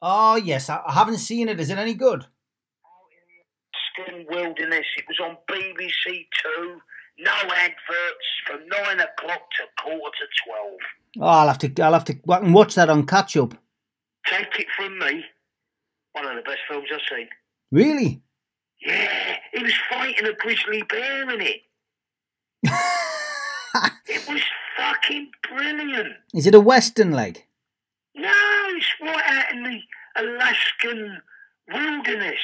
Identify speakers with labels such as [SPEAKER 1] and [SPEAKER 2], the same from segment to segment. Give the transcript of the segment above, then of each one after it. [SPEAKER 1] Oh yes, I, I haven't seen it. Is it any good?
[SPEAKER 2] Out in the Skin Wilderness. It was on BBC Two. No adverts from nine o'clock to quarter to twelve.
[SPEAKER 1] Oh, I'll have to. I'll have to. I can watch that on catch up.
[SPEAKER 2] Take it from me, one of the best films I've seen.
[SPEAKER 1] Really?
[SPEAKER 2] Yeah, he was fighting a grizzly bear in it. It was fucking brilliant.
[SPEAKER 1] Is it a western like?
[SPEAKER 2] No, it's right out in the Alaskan wilderness.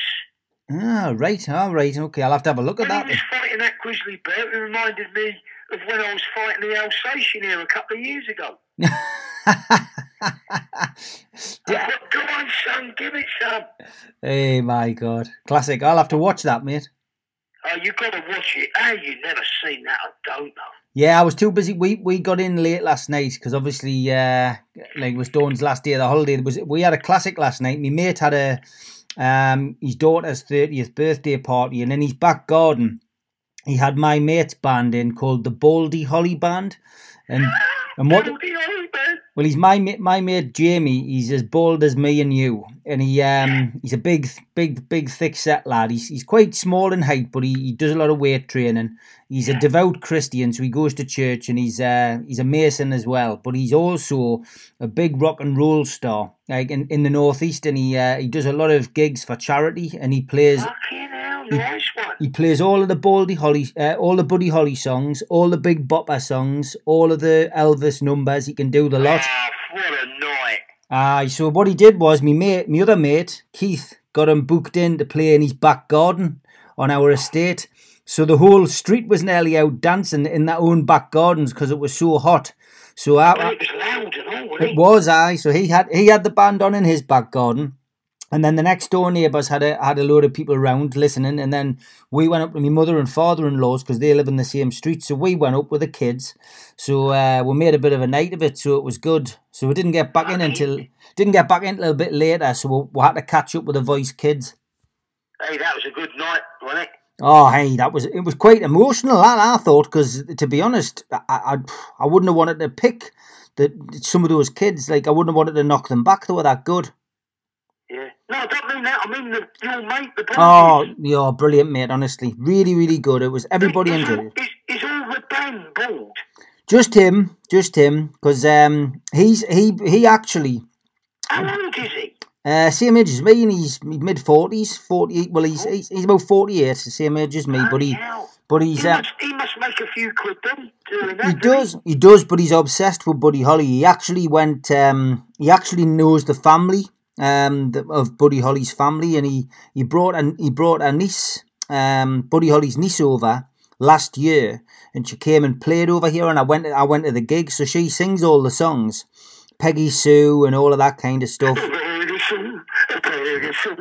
[SPEAKER 1] Ah, right. All right. Okay, I'll have to have a look at
[SPEAKER 2] When
[SPEAKER 1] that.
[SPEAKER 2] he was fighting that grizzly bear, it reminded me of when I was fighting the Alsatian here a couple of years ago.
[SPEAKER 1] then.
[SPEAKER 2] I thought, go on, son, give it some.
[SPEAKER 1] hey, my God, classic. I'll have to watch that, mate.
[SPEAKER 2] Oh, you got to watch it. How you never seen that? I don't know.
[SPEAKER 1] Yeah, I was too busy. We we got in late last night because obviously, uh, like it was Dawn's last day of the holiday. There was we had a classic last night. My mate had a um his daughter's thirtieth birthday party, and in his back garden, he had my mate's band in called the Baldy Holly Band, and and what
[SPEAKER 2] Bloody hell, man.
[SPEAKER 1] Well, he's my ma- my mate Jamie. He's as bald as me and you, and he um he's a big big big thick set lad. He's he's quite small in height, but he, he does a lot of weight training. He's a devout Christian, so he goes to church, and he's uh he's a mason as well. But he's also a big rock and roll star, like in, in the northeast, and he uh, he does a lot of gigs for charity, and he plays
[SPEAKER 2] Fucking
[SPEAKER 1] Mm.
[SPEAKER 2] hell, nice one.
[SPEAKER 1] he plays all of the Baldy Holly, uh, all the Buddy Holly songs, all the Big Bopper songs, all of the Elvis numbers. He can do the lot.
[SPEAKER 2] Ah, what a night.
[SPEAKER 1] Aye, so what he did was, me mate, my other mate, Keith, got him booked in to play in his back garden on our estate. So the whole street was nearly out dancing in their own back gardens because it was so hot. So I,
[SPEAKER 2] Well,
[SPEAKER 1] I-
[SPEAKER 2] it was loud and all, wasn't
[SPEAKER 1] it
[SPEAKER 2] it?
[SPEAKER 1] was I. So he had he had the band on in his back garden, and then the next door neighbours had a had a load of people around listening, and then we went up to my mother and father in laws because they live in the same street. So we went up with the kids. So uh, we made a bit of a night of it. So it was good. So we didn't get back in until didn't get back in until a bit later. So we, we had to catch up with the voice kids.
[SPEAKER 2] Hey, that was a good night, wasn't it?
[SPEAKER 1] Oh, hey, that was it was quite emotional. That I thought because to be honest, I, I I wouldn't have wanted to pick the some of those kids. Like I wouldn't have wanted to knock them back. They were that good.
[SPEAKER 2] Yeah. No, I don't mean that. I mean the, your mate, the
[SPEAKER 1] Oh, you're brilliant, mate. Honestly, really, really good. It was everybody
[SPEAKER 2] is,
[SPEAKER 1] enjoyed it.
[SPEAKER 2] Is, is all the band bald?
[SPEAKER 1] Just him, just him, because um, he's he he actually Mm.
[SPEAKER 2] How old is he?
[SPEAKER 1] uh, same age as me, and he's mid forties, forty eight. Well, he's, he's he's about forty eight, same age as me, but he
[SPEAKER 2] Hell.
[SPEAKER 1] but
[SPEAKER 2] He,
[SPEAKER 1] he's. Uh,
[SPEAKER 2] must, he must make a few quid then doing that.
[SPEAKER 1] He
[SPEAKER 2] doesn't
[SPEAKER 1] does, he does, but he's obsessed with Buddy Holly. He actually went, um, he actually knows the family um, the, of Buddy Holly's family, and he he brought an he brought a niece, um, Buddy Holly's niece over last year, and she came and played over here, and I went I went to the gig, so she sings all the songs, Peggy Sue and all of that kind of stuff.
[SPEAKER 2] Peggy Sue, Peggy Sue,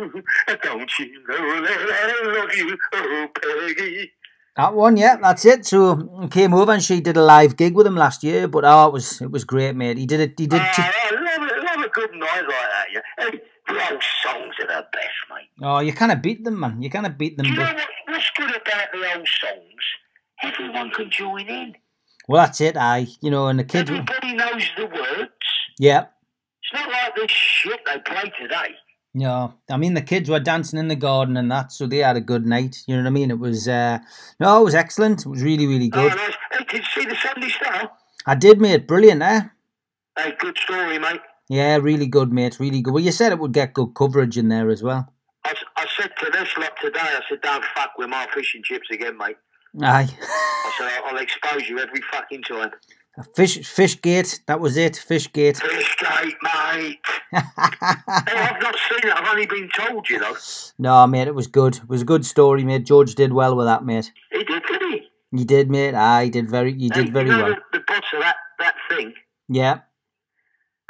[SPEAKER 2] don't you know that I love you, oh Peggy?
[SPEAKER 1] That one, yeah, that's it. So I came over and she did a live gig with him last year, but oh, it was it was great, mate. He did it. He did.
[SPEAKER 2] Ah,
[SPEAKER 1] t-
[SPEAKER 2] I love, it, love a good night like that, yeah. Hey, the old songs are the best, mate.
[SPEAKER 1] oh, you kind of beat them, man. You kind of beat them.
[SPEAKER 2] Do you
[SPEAKER 1] but-
[SPEAKER 2] know what, what's good about the old songs? Everyone can join in.
[SPEAKER 1] Well, that's it. I, you know, and the kids.
[SPEAKER 2] Everybody knows the words.
[SPEAKER 1] Yeah,
[SPEAKER 2] It's not like this shit they play today.
[SPEAKER 1] no. I mean, the kids were dancing in the garden and that, so they had a good night. You know what I mean? It was, uh no, it was excellent. It was really, really
[SPEAKER 2] Oh,
[SPEAKER 1] good.
[SPEAKER 2] nice. Hey, did you see the Sunday Star?
[SPEAKER 1] I did, mate. Brilliant, eh?
[SPEAKER 2] Hey, good story, mate.
[SPEAKER 1] Yeah, really good, mate. Really good. Well, you said it would get good coverage in there as well.
[SPEAKER 2] I, s- I said to this lot today, I said, don't fuck with my fish and chips again, mate.
[SPEAKER 1] Aye.
[SPEAKER 2] I said, "I'll- I'll expose you every fucking time.
[SPEAKER 1] Fish, fish gate. That was it. Fish gate.
[SPEAKER 2] Fish gate, mate. Hey, I've not seen it. I've only been told, you know.
[SPEAKER 1] no, mate. It was good. It was a good story, mate. George did well with that, mate.
[SPEAKER 2] He did, didn't he?
[SPEAKER 1] You did, mate. I did very. You
[SPEAKER 2] Hey,
[SPEAKER 1] did very
[SPEAKER 2] you know
[SPEAKER 1] well.
[SPEAKER 2] The, the boss of that, that thing,
[SPEAKER 1] Yeah.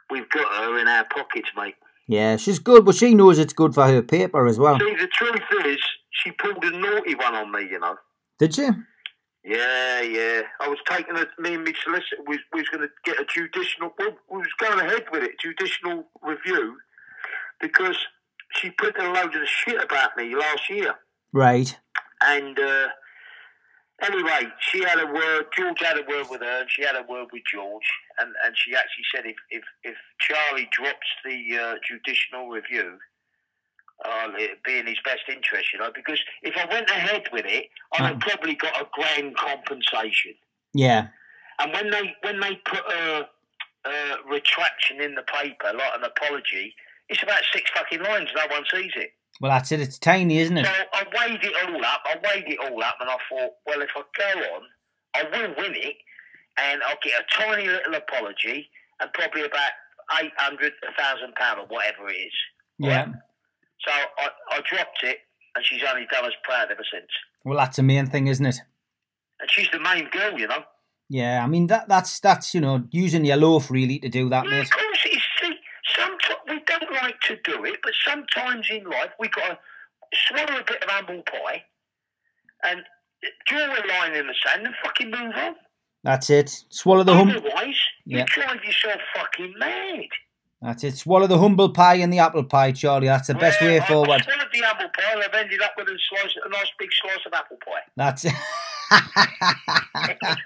[SPEAKER 2] we've got her in our pockets, mate.
[SPEAKER 1] Yeah, she's good, but she knows it's good for her paper as well.
[SPEAKER 2] See, the truth is, she pulled a naughty one on me, you know.
[SPEAKER 1] Did she?
[SPEAKER 2] Yeah, yeah. I was taking a, me and my solicitor, we, we was going to get a judicial, we, we was going ahead with it, judicial review, because she printed a load of shit about me last year.
[SPEAKER 1] Right.
[SPEAKER 2] And uh, Anyway, she had a word. George had a word with her, and she had a word with George, and, and she actually said if if, if Charlie drops the uh, judicial review, uh, it'd be in his best interest, you know, because if I went ahead with it, I'd have
[SPEAKER 1] Mm.
[SPEAKER 2] probably got a grand compensation.
[SPEAKER 1] Yeah.
[SPEAKER 2] And when they when they put a, a retraction in the paper, like an apology, it's about six fucking lines. No one sees it.
[SPEAKER 1] Well, that's it. It's tiny, isn't it?
[SPEAKER 2] So I weighed it all up. I weighed it all up, and I thought, well, if I go on, I will win it, and I'll get a tiny little apology, and probably about eight hundred, a thousand pound, or whatever it is.
[SPEAKER 1] Yeah.
[SPEAKER 2] So I, I dropped it, and she's only done us proud ever since.
[SPEAKER 1] Well, that's the main thing, isn't it?
[SPEAKER 2] And she's the main girl, you know.
[SPEAKER 1] Yeah. I mean, that that's that's you know using your loaf really to do that,
[SPEAKER 2] Yeah, of
[SPEAKER 1] mate.
[SPEAKER 2] course it is. See, sometimes we don't like to do it, but sometimes in life we got to swallow a bit of humble pie and draw a line in the sand and fucking move on.
[SPEAKER 1] That's it. Swallow the hum.
[SPEAKER 2] Otherwise,
[SPEAKER 1] Yeah.
[SPEAKER 2] you drive yourself fucking mad.
[SPEAKER 1] That's it. Swallow the humble pie and the apple pie, Charlie. That's the best way
[SPEAKER 2] Well,
[SPEAKER 1] forward.
[SPEAKER 2] I've swallowed the apple pie and I've ended up with a slice, a nice big slice of apple pie.
[SPEAKER 1] That's it.
[SPEAKER 2] and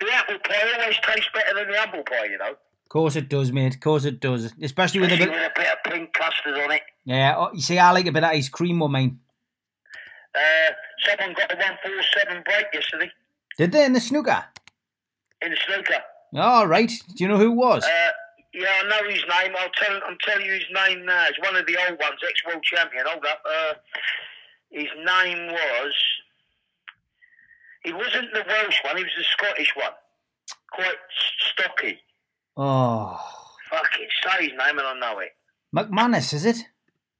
[SPEAKER 2] the apple pie always tastes better than the apple pie, you know.
[SPEAKER 1] Of course it does, mate. Of course it does. Especially with a
[SPEAKER 2] Especially
[SPEAKER 1] bit.
[SPEAKER 2] with a bit of pink custard on it.
[SPEAKER 1] Yeah. Oh, you see, I like a bit of ice cream with mine.
[SPEAKER 2] Uh, someone got a 147 break yesterday
[SPEAKER 1] Did they in the snooker?
[SPEAKER 2] in the snooker.
[SPEAKER 1] All right. Do you know who it was?
[SPEAKER 2] Uh, yeah, I know his name. I'll tell. I'm telling you his name now. It's one of the old ones, ex-world champion. Hold up. Uh, his name was. He wasn't the Welsh one. He was the Scottish one. Quite s- stocky.
[SPEAKER 1] Oh,
[SPEAKER 2] Fucking say his name and I know it.
[SPEAKER 1] McManus, is it?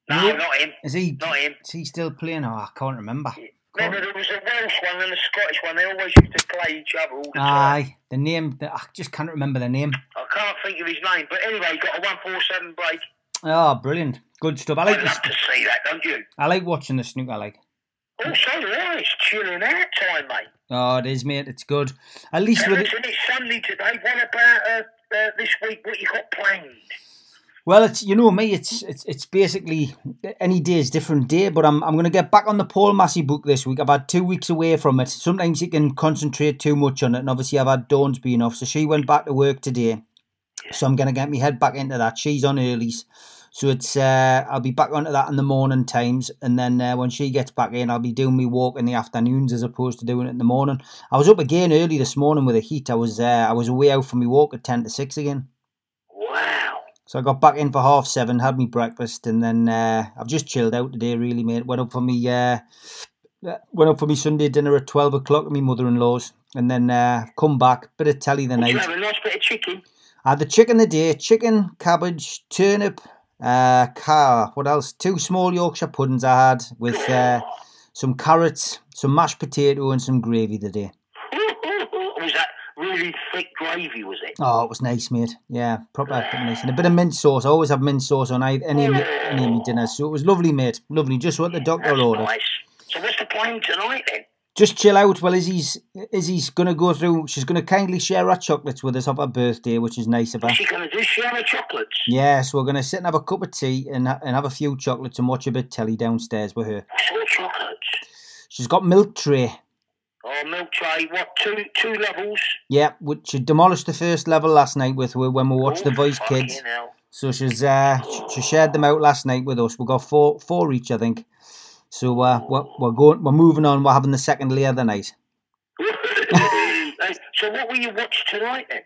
[SPEAKER 2] No,
[SPEAKER 1] Yeah.
[SPEAKER 2] not him.
[SPEAKER 1] Is he?
[SPEAKER 2] Not him.
[SPEAKER 1] Is he still playing? Oh, I can't remember.
[SPEAKER 2] Remember, there was a Welsh one and a Scottish one. They always used to play each other all the time.
[SPEAKER 1] Aye, the name. the- I just can't remember the name.
[SPEAKER 2] I can't think of his name, but anyway, he got a one four seven break.
[SPEAKER 1] Oh, brilliant, good stuff. I like
[SPEAKER 2] I'd
[SPEAKER 1] this.
[SPEAKER 2] love to see that, don't you?
[SPEAKER 1] I like watching the snooker. I like.
[SPEAKER 2] Oh, so do I. It's chilling out time, mate.
[SPEAKER 1] Oh, it is, mate. It's good. At least with it.
[SPEAKER 2] Everton, it's Sunday today. What about uh, uh, this week? What you got planned?
[SPEAKER 1] Well, it's you know me. It's it's it's basically any day is different day. But I'm I'm gonna get back on the Paul Massey book this week. I've had two weeks away from it. Sometimes you can concentrate too much on it, and obviously I've had Dawn's been off, so she went back to work today. So I'm gonna get my head back into that. She's on earlys, so it's uh, I'll be back onto that in the morning times, and then uh, when she gets back in, I'll be doing me walk in the afternoons as opposed to doing it in the morning. I was up again early this morning with the heat. I was uh, I was away out from my walk at ten to six again.
[SPEAKER 2] Wow.
[SPEAKER 1] So I got back in for half seven, had me breakfast, and then uh, I've just chilled out today, really, mate. Went up for me, uh, went up for me Sunday dinner at twelve o'clock at my mother-in-law's, and then uh, come back, bit of telly the
[SPEAKER 2] Did you
[SPEAKER 1] night.
[SPEAKER 2] have a nice bit of chicken?
[SPEAKER 1] I had the chicken the day, chicken, cabbage, turnip, uh, car. What else? Two small Yorkshire puddings I had with uh, some carrots, some mashed potato, and some gravy the day.
[SPEAKER 2] was that really thick gravy? Was it?
[SPEAKER 1] Oh, it was nice, mate. Yeah, proper nice. And a bit of mint sauce. I always have mint sauce on ei- any of my, any of my dinners. So it was lovely, mate. Lovely. Just what the doctor
[SPEAKER 2] That's
[SPEAKER 1] ordered.
[SPEAKER 2] nice. So what's the plan tonight then?
[SPEAKER 1] Just chill out. Well, Izzy's, Izzy's going to go through. She's going to kindly share her chocolates with us on her birthday, which is nice of her.
[SPEAKER 2] Is she going to do Sierra chocolates?
[SPEAKER 1] Yeah, so we're going to sit and have a cup of tea and, ha- and have a few chocolates and watch a bit telly downstairs with her.
[SPEAKER 2] It's all chocolates.
[SPEAKER 1] She's got milk tray.
[SPEAKER 2] Oh, milk tray. What? Two two levels.
[SPEAKER 1] Yeah, which she demolished the first level last night with her when we watched The
[SPEAKER 2] Oh,
[SPEAKER 1] Voice
[SPEAKER 2] fucking
[SPEAKER 1] Kids.
[SPEAKER 2] hell.
[SPEAKER 1] So she's uh, sh- she shared them out last night with us. We got four four each, I think. So uh, we're, we're going we're moving on. We're having the second layer the night.
[SPEAKER 2] Hey, so what will you watch tonight then?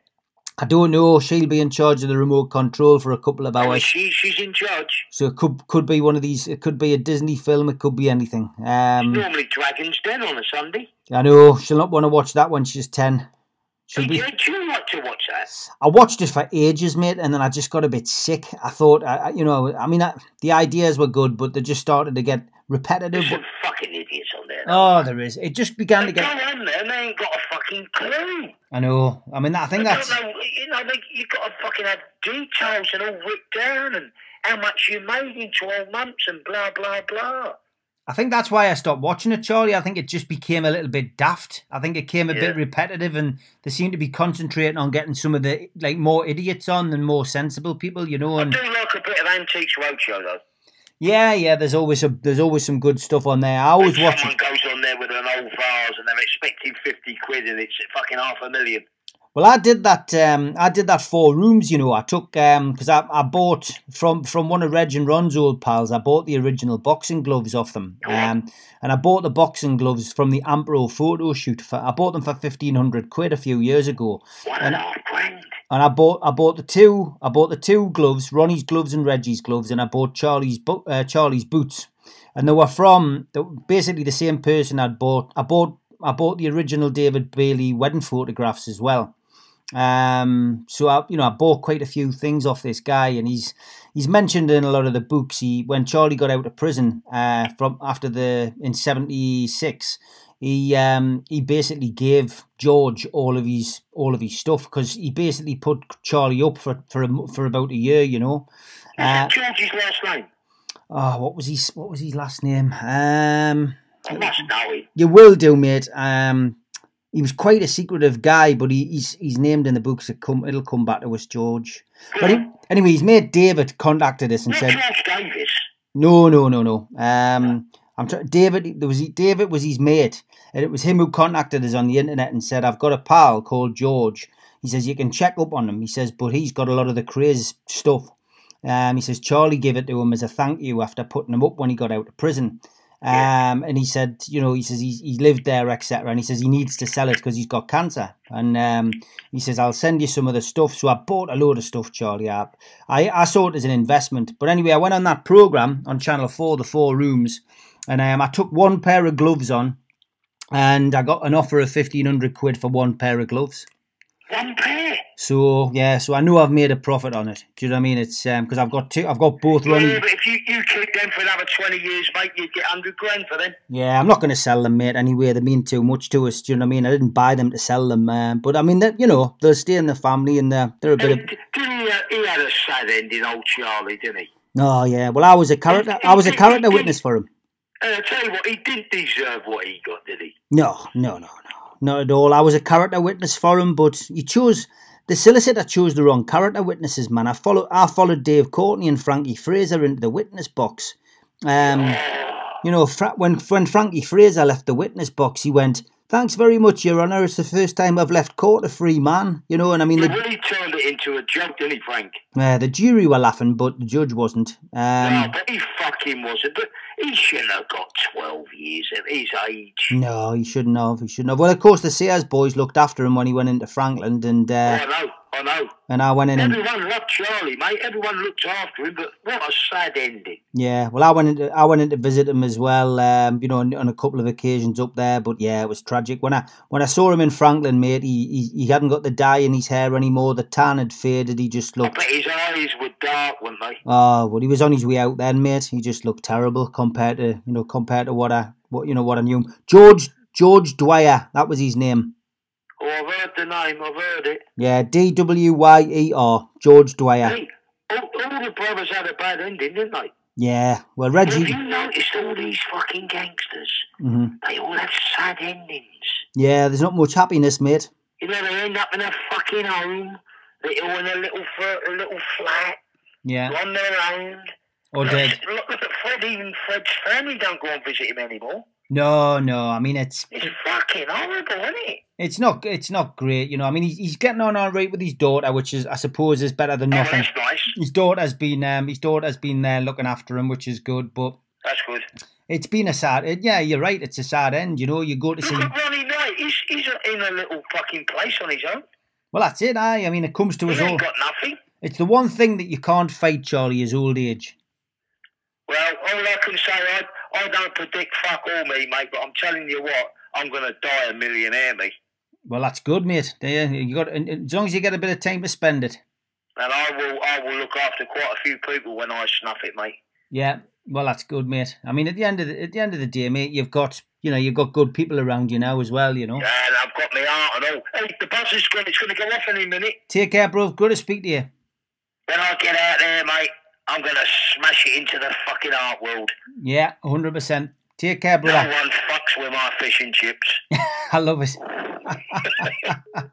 [SPEAKER 1] I don't know. She'll be in charge of the remote control for a couple of
[SPEAKER 2] Oh,
[SPEAKER 1] hours.
[SPEAKER 2] she she's in charge.
[SPEAKER 1] So it could could be one of these. It could be a Disney film. It could be anything. Um,
[SPEAKER 2] Normally Dragons Den on a Sunday.
[SPEAKER 1] I know she'll not want to watch that when she's ten. She'll be.
[SPEAKER 2] Did you like to watch that?
[SPEAKER 1] I watched it for ages, mate, and then I just got a bit sick. I thought, I, I- you know, I mean, I, the ideas were good, but they just started to get repetitive.
[SPEAKER 2] There's some fucking idiots on there.
[SPEAKER 1] Oh, there is. It just began to
[SPEAKER 2] they go
[SPEAKER 1] get.
[SPEAKER 2] on there and they ain't got a fucking clue.
[SPEAKER 1] I know. I mean, I think
[SPEAKER 2] They don't
[SPEAKER 1] that's.
[SPEAKER 2] know, you know, they, you got to fucking have details and all written down and how much you made in 12 months and blah, blah, blah.
[SPEAKER 1] I think that's why I stopped watching it, Charlie. I think it just became a little bit daft. I think it came a bit
[SPEAKER 2] Yeah.
[SPEAKER 1] repetitive, and they seem to be concentrating on getting some of the like more idiots on than more sensible people, you know.
[SPEAKER 2] I
[SPEAKER 1] And
[SPEAKER 2] do like a bit of Antiques Roadshow, though.
[SPEAKER 1] yeah, yeah, there's always a there's always some good stuff on there. I always watch
[SPEAKER 2] Someone
[SPEAKER 1] it.
[SPEAKER 2] goes on there there with an old vase and they're expecting 50 quid and it's fucking half a million.
[SPEAKER 1] Well, I did that. Um, I did that four rooms. You know, I took because I, I bought from from one of Reg and Ron's old pals. I bought the original boxing gloves off them, um, and I bought the boxing gloves from the Ampro photo shoot. For, I bought them for fifteen hundred quid a few years ago,
[SPEAKER 2] One and a half grand.
[SPEAKER 1] and I bought I bought the two I bought the two gloves, Ronnie's gloves and Reggie's gloves, and I bought Charlie's bo- uh, Charlie's boots, and they were from they were basically the same person I'd bought. I bought I bought the original David Bailey wedding photographs as well. Um, so I, you know, I bought quite a few things off this guy, and he's he's mentioned in a lot of the books. He when Charlie got out of prison, uh, from after the in '76, he um he basically gave George all of his all of his stuff because he basically put Charlie up for for a m for about a year, you know.
[SPEAKER 2] Is
[SPEAKER 1] Uh,
[SPEAKER 2] that George's last name?
[SPEAKER 1] oh, what was his what was his last name? Um,
[SPEAKER 2] I must know it.
[SPEAKER 1] you will do, mate. Um, he was quite a secretive guy, but he, he's he's named in the books. It come, it'll come back to us, George. But he, anyway, his mate David contacted us and
[SPEAKER 2] Not
[SPEAKER 1] said,
[SPEAKER 2] George Davis.
[SPEAKER 1] "No, no, no, no." Um, I'm try- David. There was David was his mate, and it was him who contacted us on the internet and said, "I've got a pal called George." He says you can check up on him. He says, but he's got a lot of the craze stuff. Um, he says Charlie gave it to him as a thank you after putting him up when he got out of prison. Um, and he said, you know, he says he, he lived there, etc. And he says he needs to sell it because he's got cancer. And um, he says I'll send you some of the stuff. So I bought a load of stuff, Charlie. I, I I saw it as an investment. But anyway, I went on that program on Channel Four, the Four Rooms, and um, I took one pair of gloves on, and I got an offer of fifteen hundred quid for one pair of gloves.
[SPEAKER 2] One pair.
[SPEAKER 1] So yeah, so I know I've made a profit on it. Do you know what I mean? It's um because I've got two, I've got both
[SPEAKER 2] Yeah,
[SPEAKER 1] running.
[SPEAKER 2] but if you, you keep them for another 20 years, mate, you'd get 100 grand for them.
[SPEAKER 1] Yeah, I'm not going to sell them, mate. Anyway, they mean too much to us. Do you know what I mean? I didn't buy them to sell them, um, but I mean that you know they'll stay in the family and uh, they're, they're a bit of.
[SPEAKER 2] Didn't he, uh, he had a sad ending, old Charlie, didn't he?
[SPEAKER 1] Oh yeah, well I was a character, I was a character witness for him.
[SPEAKER 2] And I tell you what, he didn't deserve what he got, did he?
[SPEAKER 1] No, no, no, no, not at all. I was a character witness for him, but he chose the solicitor chose the wrong character witnesses, man. I followed, I followed Dave Courtney and Frankie Fraser into the witness box. Um, you know, Fra- when when Frankie Fraser left the witness box, he went, "Thanks very much, Your Honour. It's the first time I've left court a free man." You know, and I mean,
[SPEAKER 2] He
[SPEAKER 1] the
[SPEAKER 2] really turned it into a joke, didn't he, Frank?
[SPEAKER 1] uh, the jury were laughing, but the judge wasn't.
[SPEAKER 2] No,
[SPEAKER 1] Um,
[SPEAKER 2] Oh, but he fucking wasn't. But he shouldn't have got 12 years of his age.
[SPEAKER 1] no, he shouldn't have. He shouldn't have. Well, of course, the Sears boys looked after him when he went into Frankland, and uh,
[SPEAKER 2] I know, I know.
[SPEAKER 1] and I went in and
[SPEAKER 2] Everyone loved Charlie, mate. Everyone looked after him, but what a sad ending.
[SPEAKER 1] Yeah, well, I went into, I went in to visit him as well. Um, you know, on, on a couple of occasions up there, but yeah, it was tragic when I when I saw him in Franklin, mate. He he, he hadn't got the dye in his hair anymore. The tan had faded. He just looked.
[SPEAKER 2] But his eyes were dark, weren't they?
[SPEAKER 1] Oh, well, he was on his way out then, mate. He just looked terrible compared to you know compared to what I what you know what I knew. him. George George Dwyer, that was his name.
[SPEAKER 2] Oh, I've heard the name, I've heard it.
[SPEAKER 1] Yeah, D W Y E R George Dwyer.
[SPEAKER 2] Hey, all, all the brothers had a bad ending, didn't they?
[SPEAKER 1] Yeah, well,
[SPEAKER 2] But Have
[SPEAKER 1] Reggie.
[SPEAKER 2] you noticed all these fucking gangsters?
[SPEAKER 1] hmm
[SPEAKER 2] They all have sad endings.
[SPEAKER 1] Yeah, there's not much happiness, mate.
[SPEAKER 2] You know, they end up in a fucking home, little in a little, fur, a little flat,
[SPEAKER 1] Yeah,
[SPEAKER 2] on their own.
[SPEAKER 1] or
[SPEAKER 2] Look,
[SPEAKER 1] dead.
[SPEAKER 2] Look, look at Fred, even Fred's family don't go and visit him anymore.
[SPEAKER 1] No, no. I mean, it's
[SPEAKER 2] It's fucking horrible, isn't it?
[SPEAKER 1] It's not. It's not great, you know. I mean, he's, he's getting on all right with his daughter, which is, I suppose, is better than
[SPEAKER 2] Oh,
[SPEAKER 1] nothing.
[SPEAKER 2] that's nice.
[SPEAKER 1] His daughter's been, um, his daughter's been there looking after him, which is good. But
[SPEAKER 2] That's good.
[SPEAKER 1] it's been a sad. It, yeah, you're right. It's a sad end. You know, you go to see.
[SPEAKER 2] Look at Ronnie Knight. He's, he's in a little fucking place on his own.
[SPEAKER 1] Well, that's it. I. I mean, it comes to us
[SPEAKER 2] He
[SPEAKER 1] all.
[SPEAKER 2] ain't got nothing.
[SPEAKER 1] It's the one thing that you can't fight, Charlie, is old age.
[SPEAKER 2] Well, all I can say, I, I don't predict fuck all me, mate, but I'm telling you what, I'm going to die a millionaire, me.
[SPEAKER 1] Well, that's good, mate. There, you got. and- and As long as you get a bit of time to spend it.
[SPEAKER 2] And I will I will look after quite a few people when I snuff it, mate.
[SPEAKER 1] Yeah, well, that's good, mate. I mean, at the end of the, at the end of the day, mate, you've got you know you've got good people around you now as well. You know.
[SPEAKER 2] And I've got my heart and all. Hey, the bus is going, it's going to go off any minute.
[SPEAKER 1] Take care, bro. Good to speak to you.
[SPEAKER 2] When I get out there, mate, I'm going to smash it into the fucking art world.
[SPEAKER 1] Yeah, hundred percent. Take care,
[SPEAKER 2] No
[SPEAKER 1] brother.
[SPEAKER 2] one fucks with my fish and chips.
[SPEAKER 1] I love it.